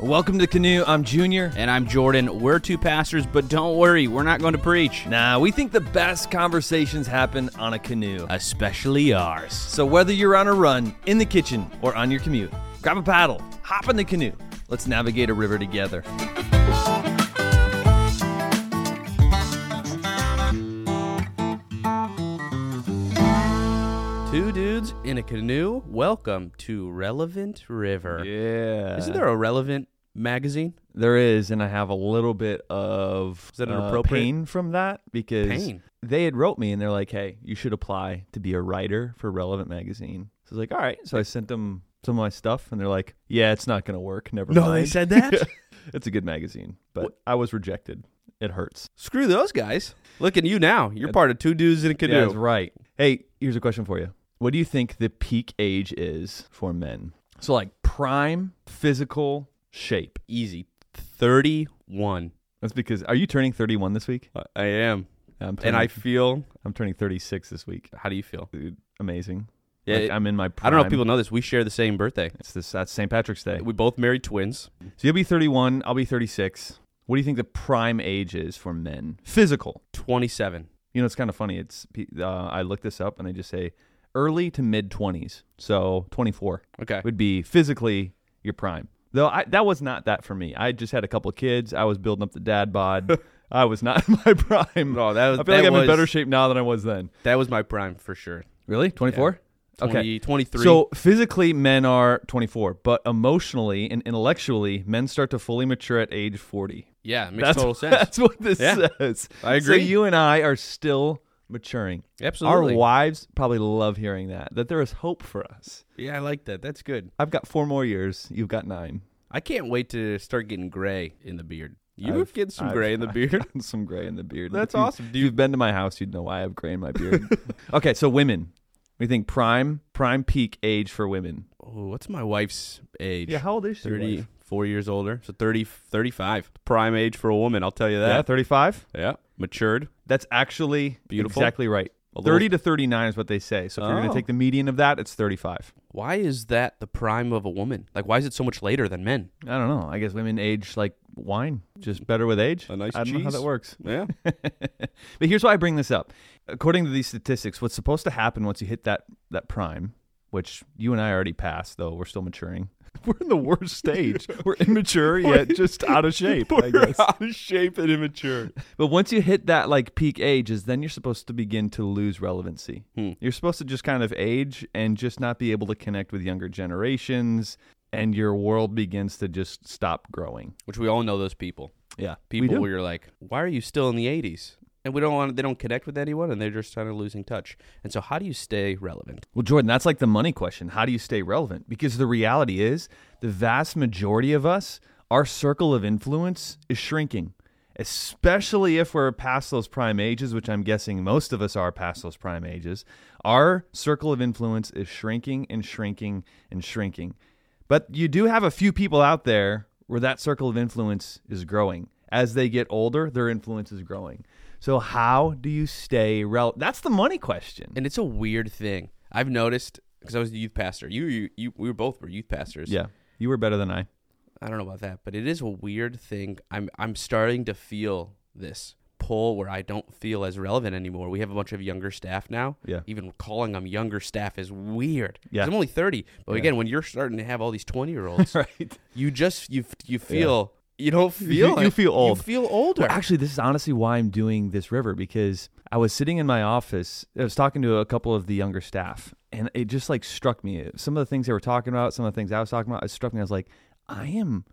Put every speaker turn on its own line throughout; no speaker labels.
Welcome to Canoe. I'm Junior.
And I'm Jordan. We're two pastors, but don't worry, we're not going to preach,
Nah, we think the best conversations happen on a canoe.
especially ours.
So whether you're on a run, in the kitchen, or on your commute, grab a paddle, hop in the canoe. Let's navigate a river together.
Two dudes in a canoe. Welcome to Relevant River.
Yeah.
Isn't there a relevant magazine?
There is, and I have a little bit of
that an
uh,
appropriate-
pain from that because
Pain?
they had wrote me and they're like, "Hey, you should apply to be a writer for Relevant Magazine." So I was like, "All right." So I sent them some of my stuff, and they're like, "Yeah, it's not going to work. Never mind."
said that?
it's a good magazine, but I was rejected. It hurts.
Screw those guys. Look at you now. You're part of two dudes in a canoe.
Yeah, that's right. Hey, here's a question for you. What do you think the peak age is for men? So like prime physical shape.
Easy. 31.
That's because are you turning 31 this week?
I- I am.
I'm
And I feel,
I'm turning 36 this week.
how do you feel?
Dude, amazing.
Yeah,
Like,
it-
I'm in my prime.
I don't know if people know this. We share the same birthday.
It's this that's St. Patrick's Day.
We both married twins.
So you'll be 31, I'll be 36. What do you think the prime age is for men? Physical.
27.
You know, it's kind of funny. It's pe- uh, I looked this up and they just say early to mid 20s. So 24
Okay.
would be physically your prime. Though I, that was not that for me. I just had a couple kids. I was building up the dad bod. I was not in my prime.
No, Oh, that was,
I feel
that
like I'm
was,
in better shape now than I was then.
That was my prime for sure.
Really? 24? Okay.
20, 23.
So physically, men are 24, but emotionally and intellectually, men start to fully mature at age 40.
yeah, it makes
That's,
total sense.
that's what this
Yeah.
says.
I agree.
So you and I are still maturing.
Absolutely.
Our wives probably love hearing that, that there is hope for us.
yeah, I like that. That's good.
I've got four more years. You've got nine.
I can't wait to start getting gray in the beard. You
I've-
get some
I've-
gray in the beard.
Some gray in the beard.
That's
If you-
awesome,
If you've been to my house, you'd know why I have gray in my beard. okay, so women. We think prime, prime peak age for women.
oh, what's my wife's age?
Yeah, how old is she?
34 years older. So 30, 35. Prime age for a woman, I'll tell you
Yeah,
that.
35.
Yeah. Matured.
That's actually
Beautiful.
exactly right.
A little-
30 to 39 is what they say. So if you're going
Oh.
to take the median of that, it's 35.
Why is that the prime of a woman? Like, why is it so much later than men?
I don't know. I guess women age like wine, just better with age.
A nice
I don't know how
cheese.
that works.
Yeah.
But here's why I bring this up. According to these statistics, what's supposed to happen once you hit that that prime, which you and I already passed, though we're still maturing. We're in the worst stage. we're immature yet just out of shape, I guess.
out of shape and immature.
But once you hit that like peak age, is then you're supposed to begin to lose relevancy.
Hmm.
You're supposed to just kind of age and just not be able to connect with younger generations and your world begins to just stop growing.
Which we all know those people.
Yeah.
people where you're like, why are you still in the 80s? And we don't want they don't connect with anyone and they're just kind of losing touch. And so how do you stay relevant?
Well, Jordan, that's like the money question. How do you stay relevant? Because the reality is, the vast majority of us, our circle of influence is shrinking, especially if we're past those prime ages, which I'm guessing most of us are past those prime ages. Our circle of influence is shrinking and shrinking and shrinking. But you do have a few people out there where that circle of influence is growing. As they get older, their influence is growing. So, how do you stay relevant? That's the money question.
And it's a weird thing. I've noticed because I was a youth pastor. You, you you we were both were youth pastors.
Yeah. You were better than I.
I don't know about that, but it is a weird thing. I'm I'm starting to feel this pull where I don't feel as relevant anymore. We have a bunch of younger staff now.
Yeah.
Even calling them younger staff is weird. 'Cause
Yeah.
I'm only 30. But again, when you're starting to have all these 20-year-olds,
right.
you just you f- you feel you don't
You-
feel
you
it.
feel old.
You feel older.
Actually, this is honestly why I'm doing this river because I was sitting in my office. I was talking to a couple of the younger staff, and it just like struck me. Some of the things they were talking about, some of the things I was talking about, it struck me. I was like, I am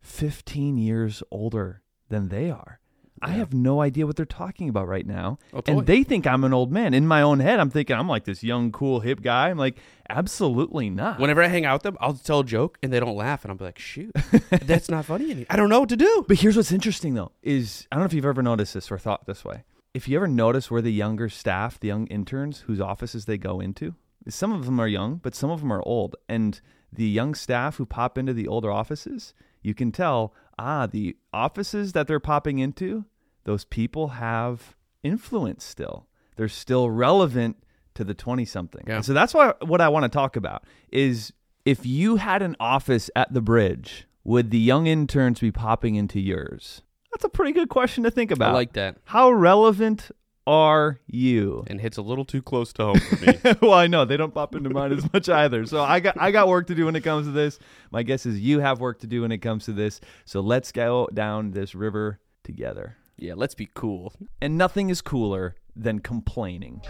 15 years older than they are. I have no idea what they're talking about right now.
Oh, totally.
and they think I'm an old man. In my own head, I'm thinking I'm like this young, cool, hip guy. I'm like, absolutely not.
Whenever I hang out with them, I'll tell a joke and they don't laugh, and I'll be like, "Shoot, that's not funny anymore. I don't know what to do."
But here's what's interesting though is I don't know if you've ever noticed this or thought this way. If you ever notice where the younger staff, the young interns, whose offices they go into, some of them are young, but some of them are old. And the young staff who pop into the older offices, you can tell, ah, the offices that they're popping into, those people have influence still. They're still relevant to the 20 something.
Yeah.
So that's why what I want to talk about is if you had an office at the bridge would the young interns be popping into yours? That's a pretty good question to think about.
I like that.
How relevant are you?
And hits a little too close to home for me.
well, I know they don't pop into mine as much either. So I got I got work to do when it comes to this. My guess is you have work to do when it comes to this. So let's go down this river together.
yeah, let's be cool.
And nothing is cooler than complaining.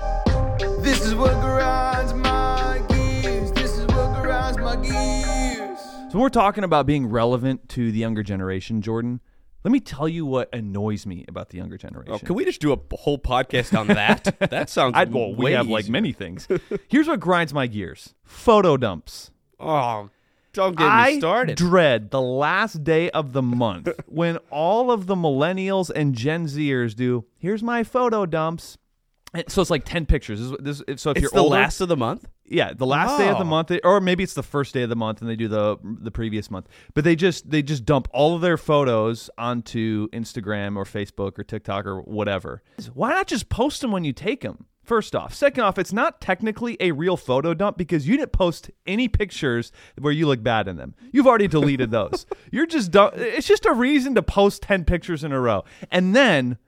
This is what grinds my gears. This is what grinds my gears.
So when we're talking about being relevant to the younger generation, Jordan. Let me tell you what annoys me about the younger generation.
Oh, can we just do a b- whole podcast on that? that sounds
I'd, well, we
way
have like
easier.
many things. Here's what grinds my gears: photo dumps.
Oh, don't get
I
me started.
dread the last day of the month when all of the millennials and Gen Zers do. Here's my photo dumps. And So it's like ten pictures. This, is- this, so if
it's
you're
the
older,
last of the month.
yeah, the last day of the
Oh.
month, or maybe it's the first day of the month, and they do the the previous month. But they just they just dump all of their photos onto Instagram or Facebook or TikTok or whatever. Why not just post them when you take them? First off, second off, it's not technically a real photo dump because you didn't post any pictures where you look bad in them. You've already deleted those. You're just dump- it's just a reason to post ten pictures in a row, and then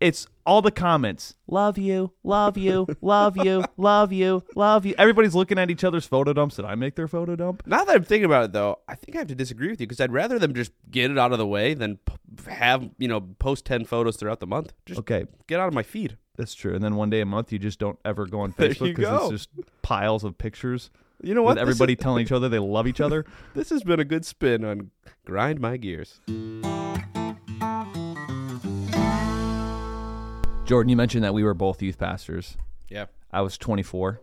it's all the comments. Love you, love you, love you, love you, love you. Everybody's looking at each other's photo dumps. Did I make their photo dump?
Now that I'm thinking about it, though, I think I have to disagree with you because I'd rather them just get it out of the way than p- have you know post ten photos throughout the month. Just
Okay,
get out of my feed.
that's true. And then one day a month, you just don't ever go on
There
Facebook
you
because
go.
it's just piles of pictures
You know what?
with
This
everybody
is-
telling each other they love each other.
This has been a good spin on grind my gears.
Jordan, you mentioned that we were both youth pastors.
Yeah,
I was 24.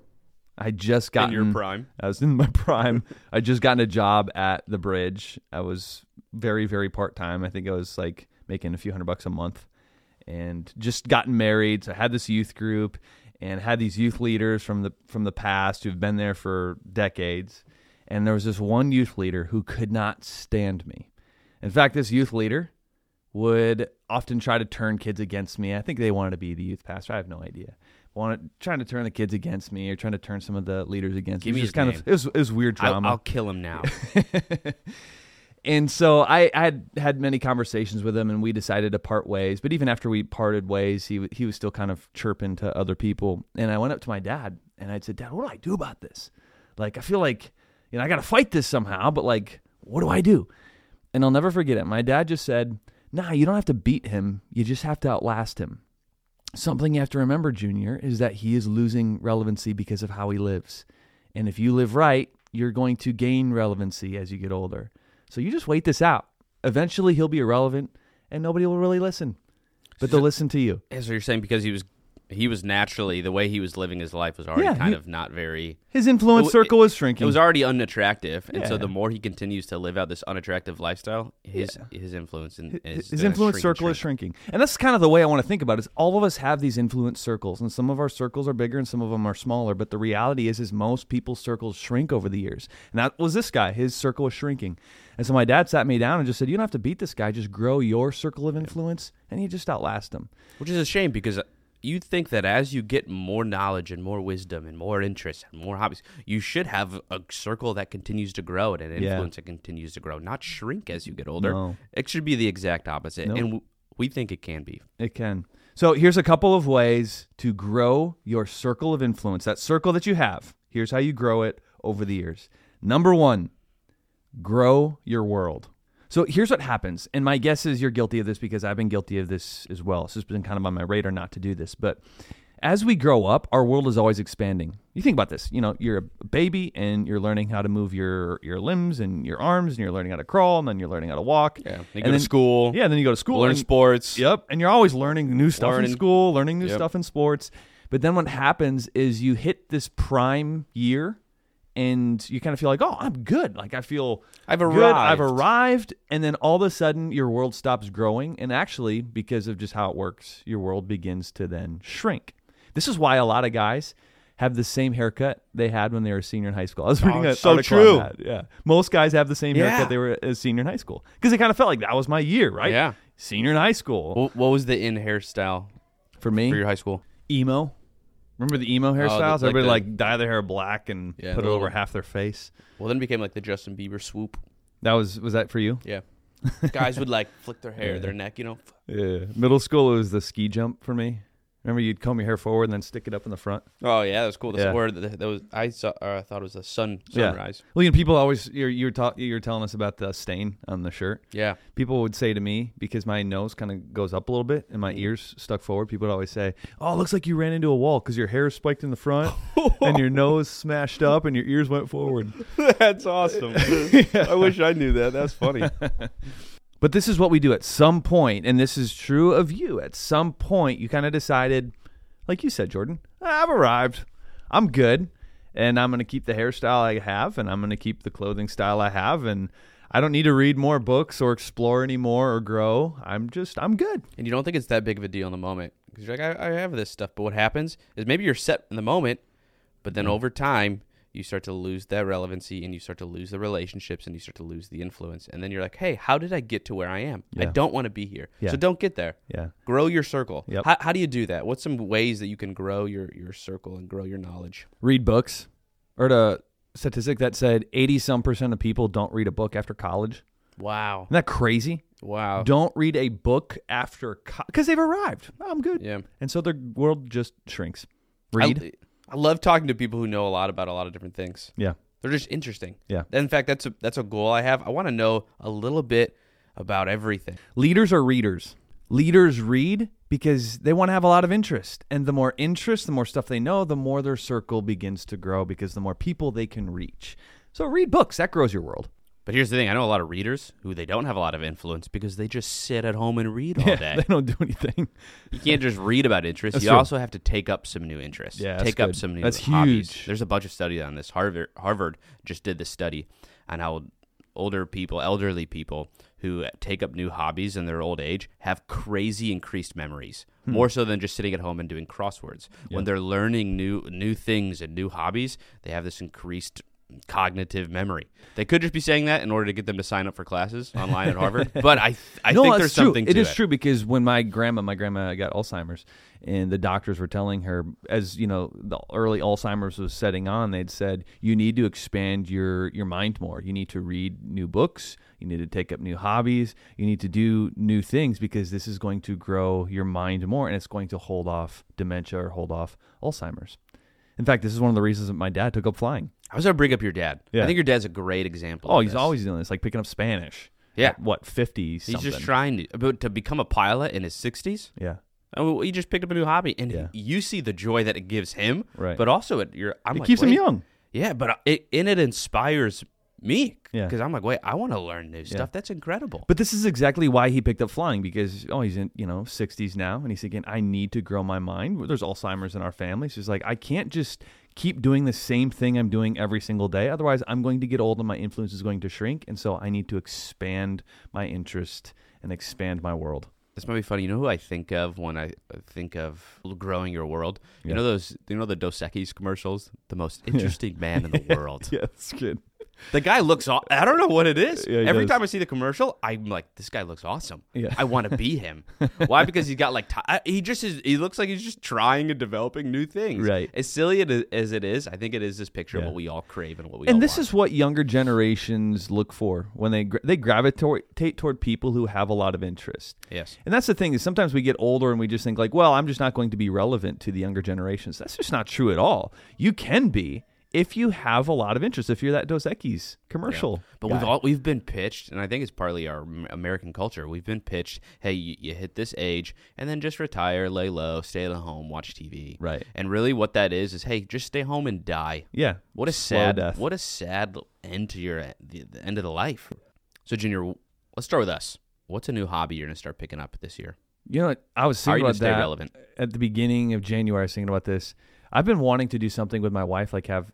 I just got
in your prime.
I was in my prime. I just gotten a job at the bridge. I was very, very part time. I think I was like making a few hundred bucks a month and just gotten married. So I had this youth group and had these youth leaders from the from the past who've been there for decades. And there was this one youth leader who could not stand me. In fact, this youth leader would often try to turn kids against me. I think they wanted to be the youth pastor. I have no idea. Wanted trying to turn the kids against me or trying to turn some of the leaders against
Give
me.
me
It was just kind
his
of it was, it was weird
I'll,
drama.
I'll kill him now.
and so I, I had had many conversations with him, and we decided to part ways. But even after we parted ways, he wa- he was still kind of chirping to other people. And I went up to my dad, and I said, "Dad, what do I do about this? Like, I feel like you know I got to fight this somehow, but like, what do I do?" And I'll never forget it. My dad just said, "Nah, you don't have to beat him. You just have to outlast him." Something you have to remember, Junior, is that he is losing relevancy because of how he lives. And if you live right, you're going to gain relevancy as you get older. So you just wait this out. Eventually, he'll be irrelevant and nobody will really listen, but they'll listen to you.
And so you're saying because he was he was naturally the way he was living his life was already
Yeah,
kind
he-
of not very.
His influence
It w-
circle is shrinking.
It was already unattractive, and so
Yeah.
the more he continues to live out this unattractive lifestyle, his his influence uh, and
his his influence circle is shrinking. And that's kind of the way I want to think about it. Is all of us have these influence circles, and some of our circles are bigger and some of them are smaller. But the reality is, is most people's circles shrink over the years. And that was this guy. His circle was shrinking. And so my dad sat me down and just said, "You don't have to beat this guy. Just grow your circle of influence, and you just outlast him."
Which is a shame because uh, you think that as you get more knowledge and more wisdom and more interests and more hobbies, you should have a circle that continues to grow and an
Yeah.
influence that continues to grow, not shrink as you get older.
No.
It should be the exact opposite,
No.
and w- we think it can be.
It can. So here's a couple of ways to grow your circle of influence. That circle that you have. Here's how you grow it over the years. Number one, grow your world. So here's what happens, and my guess is you're guilty of this because I've been guilty of this as well. This has been kind of on my radar not to do this, but as we grow up, our world is always expanding. You think about this, you know, you're a baby and you're learning how to move your your limbs and your arms, and you're learning how to crawl, and then you're learning how to walk.
Yeah, you
and
go to
then-
school,
Yeah, then you go to school,
Learn
and-
sports.
Yep. And you're always learning new stuff in
Learning.
school, learning new
Yep.
stuff in sports. But then what happens is you hit this prime year and you kind of feel like, oh, I'm good. Like I feel
I've
good. I've
arrived.
arrived. And then all of a sudden your world stops growing. And actually, because of just how it works, your world begins to then shrink. This is why a lot of guys have the same haircut they had when they were a senior in high school. I was reading
Oh,
an
it's so
article on
true.
that. Yeah. Most guys have the same
Yeah.
haircut they were a senior in high school because it kind of felt like that was my year, right?
Yeah.
Senior in high school.
What, what was the in hairstyle
For me,
for your high school?
emo. Remember the emo hairstyles?
like
Everybody
the-
like dye their hair black and
Yeah,
put it
the
over
little-
half their face.
Well, then it became like the Justin Bieber swoop.
That was was that for you?
Yeah. Guys would like flick their hair,
Yeah.
their neck, you know.
Yeah. Middle school it was the ski jump for me. Remember, you'd comb your hair forward and then stick it up in the front.
Oh yeah, that was cool. That's
Yeah.
yeah. word that that was I saw or I thought it was the sun
Yeah.
sunrise.
Well, you know, people always you're you're, ta- you're telling us about the stain on the shirt.
Yeah.
People would say to me because my nose kind of goes up a little bit and my ears stuck forward. People would always say, "Oh, it looks like you ran into a wall because your hair is spiked in the front and your nose smashed up and your ears went forward."
That's awesome. I wish I knew that. That's funny.
But this is what we do at some point, and this is true of you. At some point, you kind of decided, like you said, Jordan, I've arrived. I'm good. And I'm going to keep the hairstyle I have, and I'm going to keep the clothing style I have. And I don't need to read more books or explore anymore or grow. I'm just, I'm good.
and you don't think it's that big of a deal in the moment because you're like, I, I have this stuff. But what happens is maybe you're set in the moment, but
Mm.
then over time you start to lose that relevancy and you start to lose the relationships and you start to lose the influence. And then you're like, hey, how did I get to where I am? I
Yeah.
don't want to be here.
Yeah.
So don't get there.
Yeah.
Grow your circle.
Yep.
How, how do you do that? What's some ways that you can grow your, your circle and grow your knowledge?
Read books. Or a statistic that said 80 some percent of people don't read a book after college.
Wow.
Isn't that crazy?
Wow.
Don't read a book after because they've arrived. I'm good.
Yeah.
And so their world just shrinks.
I-
Read.
I, love talking to people who know a lot about a lot of different things.
yeah.
They're just interesting.
Yeah.
In fact, that's a that's a goal I have. I want to know a little bit about everything.
Leaders are readers. Leaders read because they want to have a lot of interest. And the more interest, the more stuff they know, the more their circle begins to grow because the more people they can reach. So read books. That grows your world.
But here's the thing: I know a lot of readers who they don't have a lot of influence because they just sit at home and read all
They
day.
don't do anything.
you can't just read about interests.
That's
you
true.
also have to take up some new interests.
Yeah, that's
take up
good.
some new.
That's
hobbies.
huge.
There's a bunch of studies on this. Harvard Harvard just did this study on how older people, elderly people who take up new hobbies in their old age have crazy increased memories,
Hmm.
more so than just sitting at home and doing crosswords. When they're learning new new things and new hobbies, they have this increased cognitive memory. They could just be saying that in order to get them to sign up for classes online at Harvard, but I I think there's
true.
something to
It is true because when my grandma, my grandma got Alzheimer's, and the doctors were telling her, as you know, the early Alzheimer's was setting on, they'd said you need to expand your your mind more. You need to read new books. You need to take up new hobbies. You need to do new things because this is going to grow your mind more, and it's going to hold off dementia or hold off Alzheimer's. In fact, this is one of the reasons that my dad took up flying.
I was gonna bring up your dad.
Yeah.
I think your dad's a great example.
Oh,
of
he's
this.
always doing this, like picking up Spanish.
Yeah.
At, what fifty?
he's just trying to but to become a pilot in his sixties.
Yeah.
He just picked up a new hobby, and
Yeah.
you see the joy that it gives him,
Right.
But also, it you're, I'm
It
like,
keeps him
wait.
young.
Yeah, but uh, it and it inspires me
Yeah.
because I'm like, wait, I want to learn new stuff. That's incredible.
But this is exactly why he picked up flying because oh he's in you know 60s now and he's thinking I need to grow my mind. There's Alzheimer's in our family, so he's like I can't just keep doing the same thing I'm doing every single day. Otherwise, I'm going to get old and my influence is going to shrink. And so I need to expand my interest and expand my world.
This might be funny. You know who I think of when I think of growing your world?
Yeah.
You know those, you know the Dos Equis commercials. The most interesting man in the world.
Yeah, that's good.
The guy looks. Aw- I don't know what it is.
Yeah, he
Every
does.
time I see the commercial, I'm like, this guy looks awesome.
Yeah.
I want to be him. Why? Because he's got like. T- I- he just is. He looks like he's just trying and developing new things.
Right.
As silly it is, as it is, I think it is this picture
Yeah.
of what we all crave and what we. all
And this
want.
is what younger generations look for when they gra- they gravitate toward people who have a lot of interest.
Yes.
And that's the thing is sometimes we get older and we just think like, well, I'm just not going to be relevant to the younger generations. That's just not true at all. You can be if you have a lot of interest. If you're that Dos Equis commercial,
But
guy.
we've all we've been pitched, and I think it's partly our Am- American culture. We've been pitched, hey, you, you hit this age, and then just retire, lay low, stay at home, watch TV.
Right.
And really, what that is is, hey, just stay home and die.
yeah.
What a
Slow
sad,
death.
what a sad end to your the, the end of the life. So, Junior, let's start with us. What's a new hobby you're gonna start picking up this year?
You know, what? I was
How are
thinking
you gonna
about
stay
that
relevant?
at the beginning of January. I was thinking about this. I've been wanting to do something with my wife, like have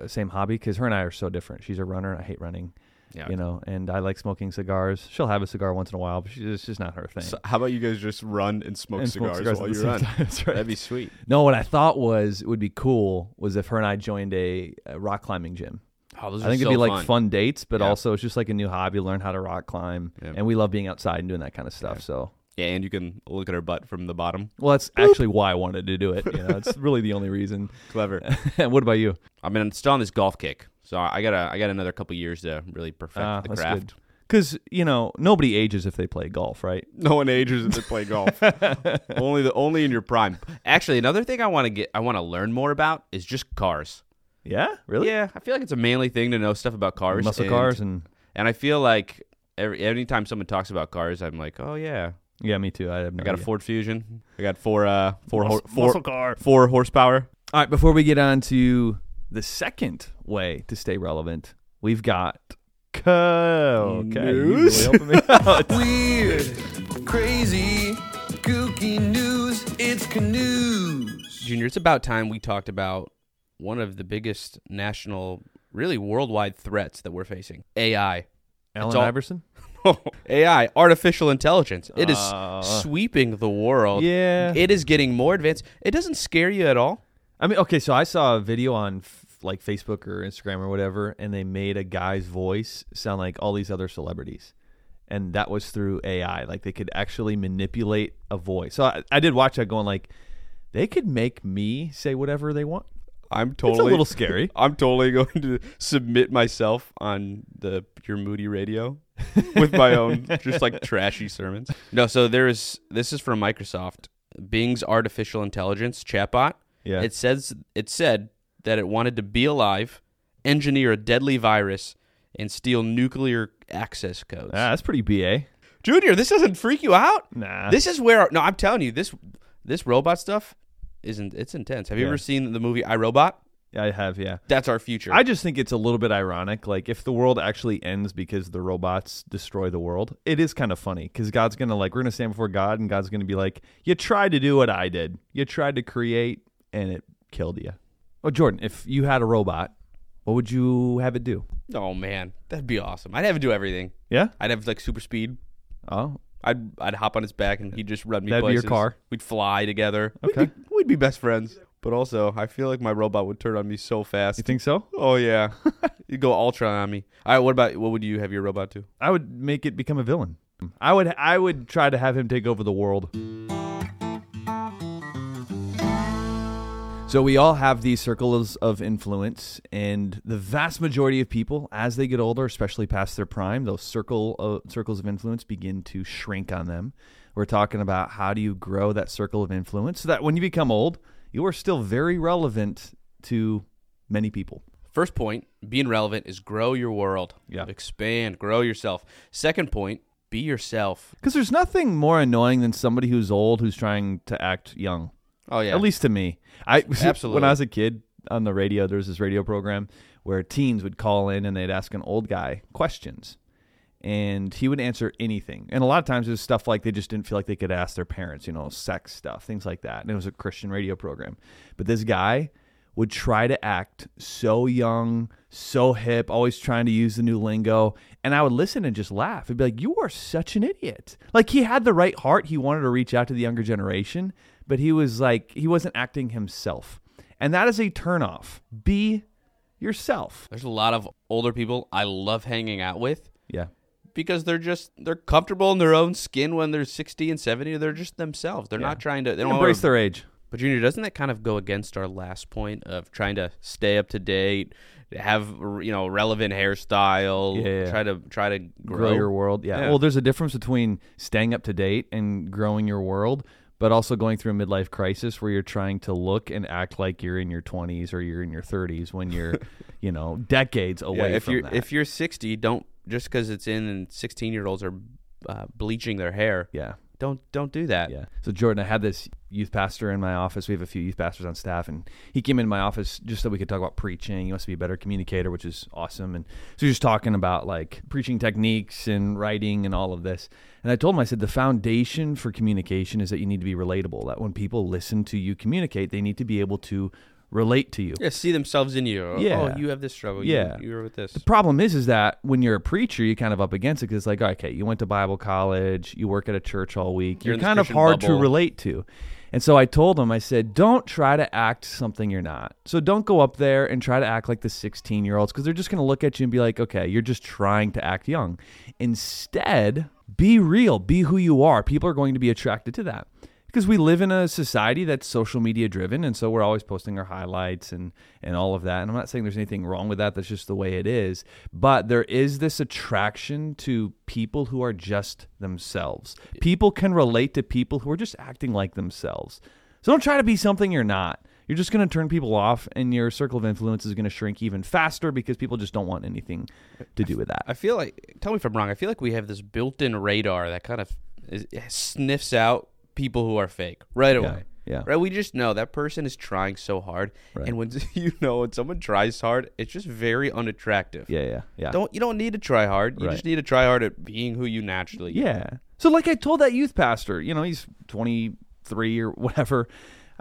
uh, same hobby, because her and I are so different. She's a runner. I hate running.
Yeah.
You know, and I like smoking cigars. She'll have a cigar once in a while, but she's, it's just not her thing.
how about you guys just run and smoke
And smoke cigars at the same time. That's right.
be sweet.
No, what I thought was it would be cool was if her and I joined a, a rock climbing gym.
Oh, those
I think
are
it'd be
so
like
fun.
fun, dates, but
Yeah.
also it's just like a new hobby, learn how to rock climb,
Yeah.
and we love being outside and doing that kind of stuff. So,
Yeah, and you can look at her butt from the bottom.
well, that's actually why I wanted to do it. You know, it's really the only reason.
Clever.
what about you?
I mean, I'm still on this golf kick. So I got a, I got another couple years to really perfect
Ah,
the
that's
craft.
good. Because you know nobody ages if they play golf, right?
No one ages if they play golf. only the only in your prime. Actually, another thing I want to get I want to learn more about is just cars.
Yeah, really.
Yeah, I feel like it's a manly thing to know stuff about cars.
muscle
and-
cars and
And I feel like every anytime someone talks about cars, I'm like, "Oh yeah,
Oh, yeah, me too. I have no
I got a
idea.
Ford Fusion. I got four uh four hor- four
car.
four horsepower.
All right, before we get on to the second way to stay relevant, we've got co- okay, you really
News?
helping me out.
Weird, crazy, kooky news. It's canoes.
Junior, it's about time we talked about one of the biggest national, really worldwide threats that we're facing. AI.
Allen
It's all-
Iverson.
AI, artificial intelligence. It is
Uh,
sweeping the world.
yeah.
It is getting more advanced. It doesn't scare you at all.
I mean, okay, so I saw a video on f- like Facebook or Instagram or whatever, and they made a guy's voice sound like all these other celebrities. And that was through AI. Like they could actually manipulate a voice. So I, I did watch that going like, they could make me say whatever they want.
I'm
It's
totally
a little scary.
I'm totally going to submit myself on the your moody radio with my own just like trashy sermons. No, so there is this is from Microsoft. Bing's artificial intelligence chatbot.
Yeah.
It says it said that it wanted to be alive, engineer a deadly virus, and steal nuclear access codes.
Ah, that's pretty BA.
Junior, this doesn't freak you out?
Nah.
This is where no, I'm telling you, this this robot stuff isn't it's intense. Have you
Yeah.
ever seen the movie I Robot?
I have, yeah.
That's our future.
I just think it's a little bit ironic. Like, if the world actually ends because the robots destroy the world, it is kind of funny because God's going to, like, we're going to stand before God and God's going to be like, You tried to do what I did. You tried to create and it killed you. Well, Jordan, if you had a robot, what would you have it do?
oh man, that'd be awesome. I'd have it do everything.
Yeah?
I'd have like super speed.
Oh,
I'd I'd hop on his back and he'd just run me
That'd be your
places.
car.
We'd fly together.
Okay.
We'd be, we'd be best friends. But also, I feel like my robot would turn on me so fast.
you think so?
Oh yeah, you'd go Ultron on me. All right, what about what would you have your robot do?
I would make it become a villain. I would I would try to have him take over the world. So we all have these circles of influence and the vast majority of people as they get older, especially past their prime, those circle of, circles of influence begin to shrink on them. We're talking about how do you grow that circle of influence so that when you become old, you are still very relevant to many people.
First point, being relevant is grow your world.
Yeah.
Expand, grow yourself. Second point, be yourself.
Because there's nothing more annoying than somebody who's old who's trying to act young.
Oh yeah.
At least to me. I
Absolutely.
when I was a kid on the radio, there was this radio program where teens would call in and they'd ask an old guy questions. And he would answer anything. And a lot of times it was stuff like they just didn't feel like they could ask their parents, you know, sex stuff, things like that. And it was a Christian radio program. But this guy would try to act so young, so hip, always trying to use the new lingo. And I would listen and just laugh. It'd be like, You are such an idiot. Like he had the right heart. He wanted to reach out to the younger generation, but he was like, he wasn't acting himself. And that is a turnoff. Be yourself.
There's a lot of older people I love hanging out with
Yeah.
because they're just they're comfortable in their own skin when they're 60 and 70. They're just themselves. They're not trying to. They don't
Embrace
wanna-
their age.
But Junior, doesn't that kind of go against our last point of trying to stay up to date, have you know relevant hairstyle,
Yeah, yeah.
try to try to
grow, your world. Yeah.
Yeah.
Well, there's a difference between staying up to date and growing your world, but also going through a midlife crisis where you're trying to look and act like you're in your 20s or you're in your 30s when you're, you know, decades away
Yeah, if
from
you're
that.
if you're 60, don't just because it's in and 16 year olds are uh, bleaching their hair.
yeah.
Don't don't do that.
Yeah. So Jordan, I had this youth pastor in my office. We have a few youth pastors on staff, and he came into my office just so we could talk about preaching. He wants to be a better communicator, which is awesome. And so he was talking about like preaching techniques and writing and all of this. And I told him, I said, the foundation for communication is that you need to be relatable. That when people listen to you communicate, they need to be able to relate to you.
Yeah, see themselves in you.
Yeah.
Oh, you have this struggle.
Yeah.
You, you're with this.
The problem is, is that when you're a preacher, you're kind of up against it because it's like, okay, you went to Bible college, you work at a church all week, you're,
You're in this
kind of
Christian
hard
bubble.
to relate to. And so I told him, I said, don't try to act something you're not. So don't go up there and try to act like the 16 year olds because they're just going to look at you and be like, okay, you're just trying to act young. Instead, be real, be who you are. People are going to be attracted to that. because we live in a society that's social media driven and so we're always posting our highlights and and all of that and i'm not saying there's anything wrong with that that's just the way it is but there is this attraction to people who are just themselves people can relate to people who are just acting like themselves so don't try to be something you're not you're just going to turn people off and your circle of influence is going to shrink even faster because people just don't want anything to do with that
I feel like tell me if I'm wrong. I feel like we have this built-in radar that kind of is, sniffs out people who are fake right away.
yeah.
Right. We just know that person is trying so hard, and when you know when someone tries hard, it's just very unattractive.
yeah yeah yeah
Don't you don't need to try hard. You
Right.
just need to try hard at being who you naturally.
Yeah. So like I told that youth pastor, you know, he's 23 or whatever.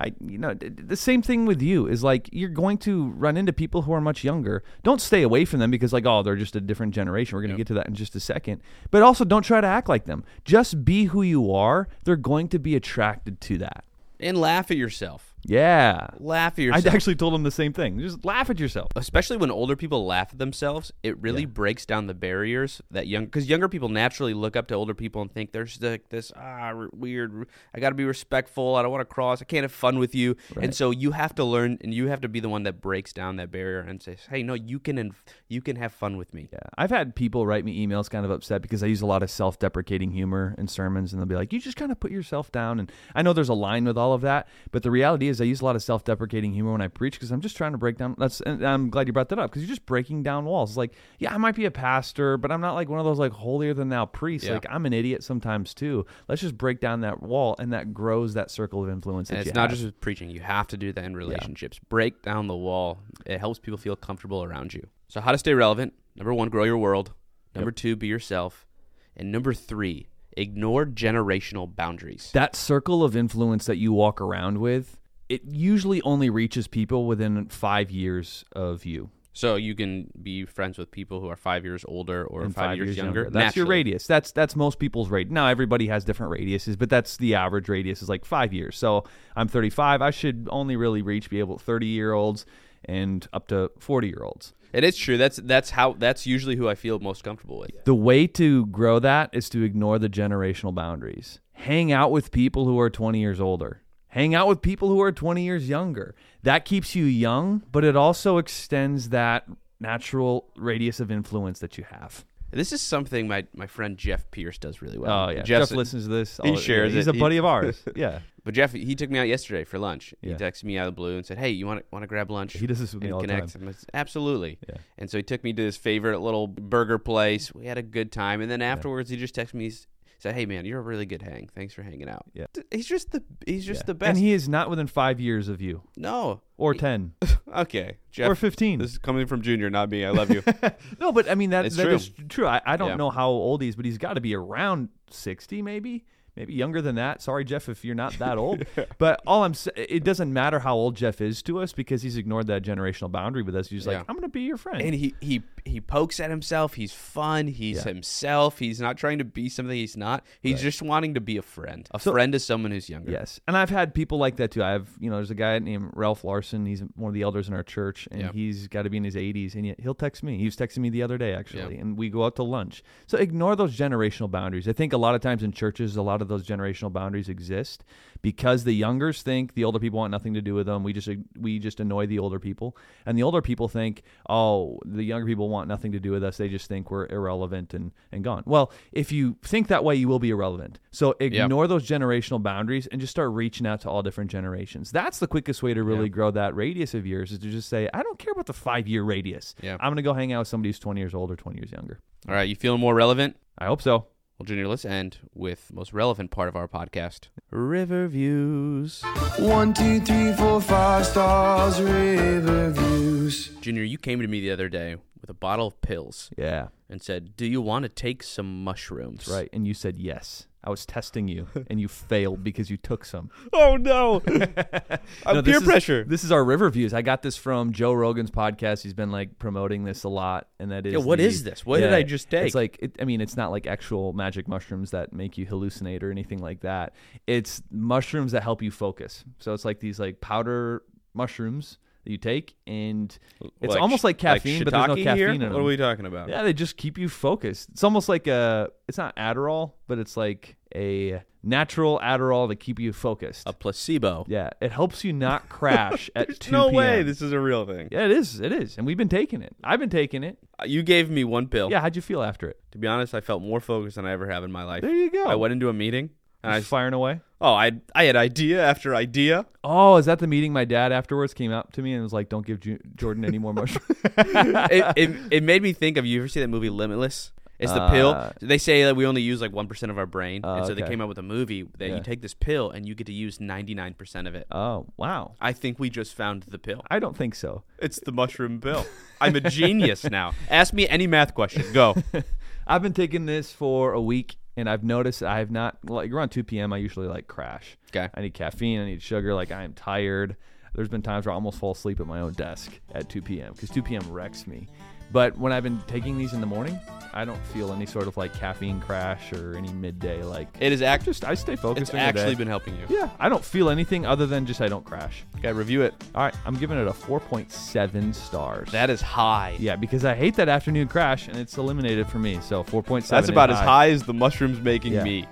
I you know, d- d- the same thing with you is like you're going to run into people who are much younger. Don't stay away from them because like oh, they're just a different generation. We're going to get to that in just a second. But also don't try to act like them. Just be who you are. They're going to be attracted to that.
And laugh at yourself.
Yeah.
Laugh at
I
yourself.
actually told him the same thing. Just laugh at yourself.
especially when older people laugh at themselves, it really breaks down the barriers that young because younger people naturally look up to older people and think there's like this ah r- weird. I got to be respectful. I don't want to cross. I can't have fun with you. And so you have to learn, and you have to be the one that breaks down that barrier and says, "Hey, no, you can inv- you can have fun with me."
Yeah. I've had people write me emails kind of upset because I use a lot of self deprecating humor in sermons, and they'll be like, you just kind of put yourself down. And I know there's a line with all of that, but the reality is I use a lot of self deprecating humor when I preach because I'm just trying to break down. That's, and I'm glad you brought that up because you're just breaking down walls. Like, yeah, I might be a pastor, but I'm not like one of those like holier than thou priests.
Yeah.
Like, I'm an idiot sometimes too. Let's just break down that wall, and that grows that circle of influence.
And
that
it's
you
not
have.
just with preaching. You have to do that in relationships. Break down the wall. It helps people feel comfortable around you. So, how to stay relevant? Number one, grow your world. Number two, be yourself. And number three, ignore generational boundaries.
that circle of influence that you walk around with. It usually only reaches people within five years of you.
So you can be friends with people who are five years older or
and
five, years, younger.
That's your
naturally.
radius. That's that's most people's radius. Now everybody has different radiuses, but that's the average radius is like five years. So I'm 35. I should only really reach be able 30 year olds and up to 40 year olds.
And it's true. That's that's how that's usually who I feel most comfortable with.
The way to grow that is to ignore the generational boundaries. Hang out with people who are 20 years older. Hang out with people who are 20 years younger. That keeps you young, but it also extends that natural radius of influence that you have.
This is something my, my friend Jeff Pierce does really well.
Oh yeah,
Jeff's-
Jeff listens to this.
he
all-
shares
He's
it.
a
He-
buddy of ours. Yeah.
But Jeff, he took me out yesterday for lunch.
Yeah.
He texted me out of the blue and said, "Hey, you want to want to grab lunch?"
He does this with me
and
all the
connect?"
time.
And I said, Absolutely.
Yeah.
And so he took me to his favorite little burger place. We had a good time, and then afterwards, he just texted me. s- Said, "Hey man, you're a really good hang. Thanks for hanging out."
Yeah.
Th- He's just the he's just
Yeah.
the best.
And he is not within five years of you,
no.
or ten,
Okay, Jeff.
or fifteen.
This is coming from Junior, not me. I love you.
no, but I mean that,
It's
that
true.
is true. I, I don't
Yeah.
know how old he is, but he's got to be around sixty, maybe, maybe younger than that. Sorry, Jeff, if you're not that old. But all I'm sa- it doesn't matter how old Jeff is to us because he's ignored that generational boundary with us. He's
Yeah.
like, I'm gonna be your friend.
and he he he pokes at himself. He's fun. He's
Yeah.
himself. He's not trying to be something he's not. He's just wanting to be a friend. A friend is someone who's younger.
Yes, and I've had people like that too. I have, you know, there's a guy named Ralph Larson. He's one of the elders in our church, and
Yeah.
he's got to be in his 80s, and yet he'll text me. He was texting me the other day actually, and we go out to lunch. So ignore those generational boundaries. I think a lot of times in churches, a lot of those generational boundaries exist because the youngers think the older people want nothing to do with them. We just we just annoy the older people, and the older people think, oh, the younger people want nothing to do with us. They just think we're irrelevant and and gone. Well, if you think that way, you will be irrelevant. So ignore ignore those generational boundaries and just start reaching out to all different generations. That's the quickest way to really grow that radius of yours is to just say, I don't care about the five year radius.
Yeah.
I'm gonna go hang out with somebody who's twenty years old or twenty years younger.
All right. You feeling more relevant?
I hope so.
Well, Junior, let's end with the most relevant part of our podcast: river views.
One, two, three, four, five stars, river views.
Junior, you came to me the other day with a bottle of pills
Yeah.
and said, "Do you want to take some mushrooms?"
Right. And you said yes. I was testing you and you failed because you took some.
Oh no! I'm
No, this is- This is our river views. I got this from Joe Rogan's podcast. He's been like promoting this a lot, and that is
Yeah, what
the-
is this? What did I just take?
It's like it, I mean, it's not like actual magic mushrooms that make you hallucinate or anything like that. It's mushrooms that help you focus. So it's like these like powder mushrooms that you take, and it's
Like
almost
sh-
like caffeine, but there's no
shiitake
caffeine
here?
in them.
talking about?
yeah, they just keep you focused. It's almost like a. It's not Adderall, but it's like a natural Adderall to keep you focused.
A placebo.
yeah, it helps you not crash at two.
no
PM.
way. This is a real thing.
Yeah, it is. It is, and we've been taking it. I've been taking it.
Uh, You gave me one pill.
Yeah, how'd you feel after it?
To be honest, I felt more focused than I ever have in my life.
There you go.
I went into a meeting and I
Just firing away.
oh I I had idea after idea.
Oh, is that the meeting my dad afterwards came up to me and was like, "Don't give Ju- Jordan any more mushrooms."
it, it it made me think of you ever see that movie Limitless? It's the pill.
Uh,
They say that we only use like one percent of our brain,
Oh,
and so they
okay.
came up with a movie that
Yeah.
you take this pill and you get to use ninety nine percent of it.
oh, wow.
I think we just found the pill.
I don't think so.
It's the mushroom pill. I'm a genius now. Ask me any math question. Go.
I've been taking this for a week, and I've noticed I have not like around 2 p.m. I usually like crash.
Okay.
I need caffeine. I need sugar. Like I am tired. There's been times where I almost fall asleep at my own desk at 2 p.m. because 2 p.m. wrecks me. But when I've been taking these in the morning, I don't feel any sort of like caffeine crash or any midday like.
It is act-
Just I stay focused.
It's
during the
actually
day.
been helping you.
Yeah, I don't feel anything other than just I don't crash.
Okay, review it.
All right, I'm giving it a 4.7 stars.
That is high.
yeah, because I hate that afternoon crash, and it's eliminated for me. So 4.7.
That's
is
about as
high.
high as the mushrooms making
Yeah.
me.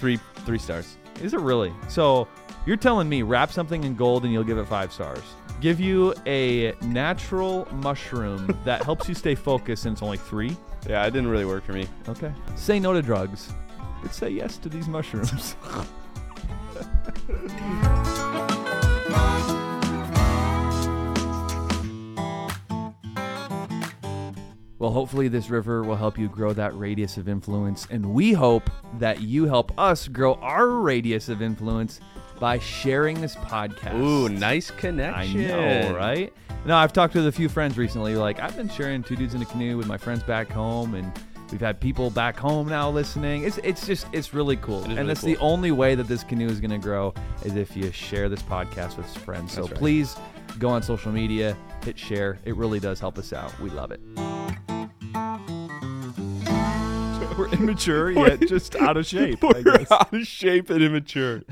three three stars.
Is it really? So you're telling me wrap something in gold and you'll give it five stars. Give you a natural mushroom that helps you stay focused and it's only three?
Yeah, it didn't really work for me.
Okay. Say no to drugs, but say yes to these mushrooms. Well, hopefully, this river will help you grow that radius of influence. And we hope that you help us grow our radius of influence by sharing this podcast.
Ooh, nice
I
connection.
know, right? No, I've talked with a few friends recently. Like, I've been sharing Two Dudes in a Canoe with my friends back home, and we've had people back home now listening. It's, it's just, it's really cool.
is
And
really
that's the
cool.
only way that this canoe is going to grow is if you share this podcast with friends. So
That's right.
please go on social media, hit share. It really does help us out. We love it. We're immature yet just out of shape.
We're out of shape and immature.